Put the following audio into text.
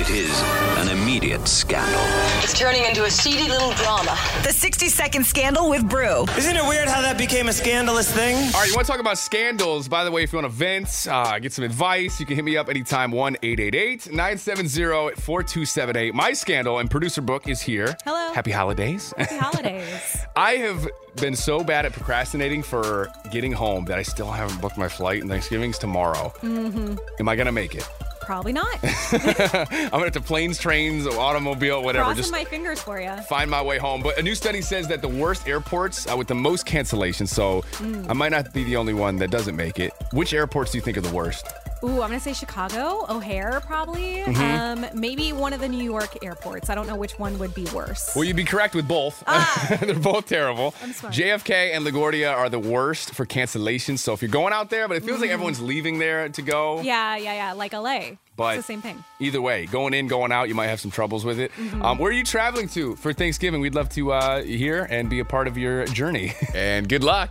It is an immediate scandal. It's turning into a seedy little drama. The 60 Second Scandal with Brew. Isn't it weird how that became a scandalous thing? All right, you want to talk about scandals? By the way, if you want to vent, uh, get some advice, you can hit me up anytime 1 888 970 4278. My scandal and producer Brooke is here. Hello. Happy holidays. Happy holidays. I have been so bad at procrastinating for getting home that I still haven't booked my flight, and Thanksgiving's tomorrow. Mm-hmm. Am I going to make it? Probably not. I'm going to have to planes, trains, automobile, whatever. Crossing just my fingers for you. find my way home. But a new study says that the worst airports are with the most cancellations. So Mm. I might not be the only one that doesn't make it. Which airports do you think are the worst? Ooh, I'm gonna say Chicago, O'Hare, probably. Mm-hmm. Um, maybe one of the New York airports. I don't know which one would be worse. Well, you'd be correct with both. They're both terrible. Ah. I'm smart. JFK and LaGuardia are the worst for cancellations. So if you're going out there, but it feels like everyone's leaving there to go. Mm. yeah, yeah, yeah. Like LA. But it's the same thing. Either way, going in, going out, you might have some troubles with it. Mm-hmm. Um, where are you traveling to for Thanksgiving? We'd love to uh, hear and be a part of your journey. and good luck.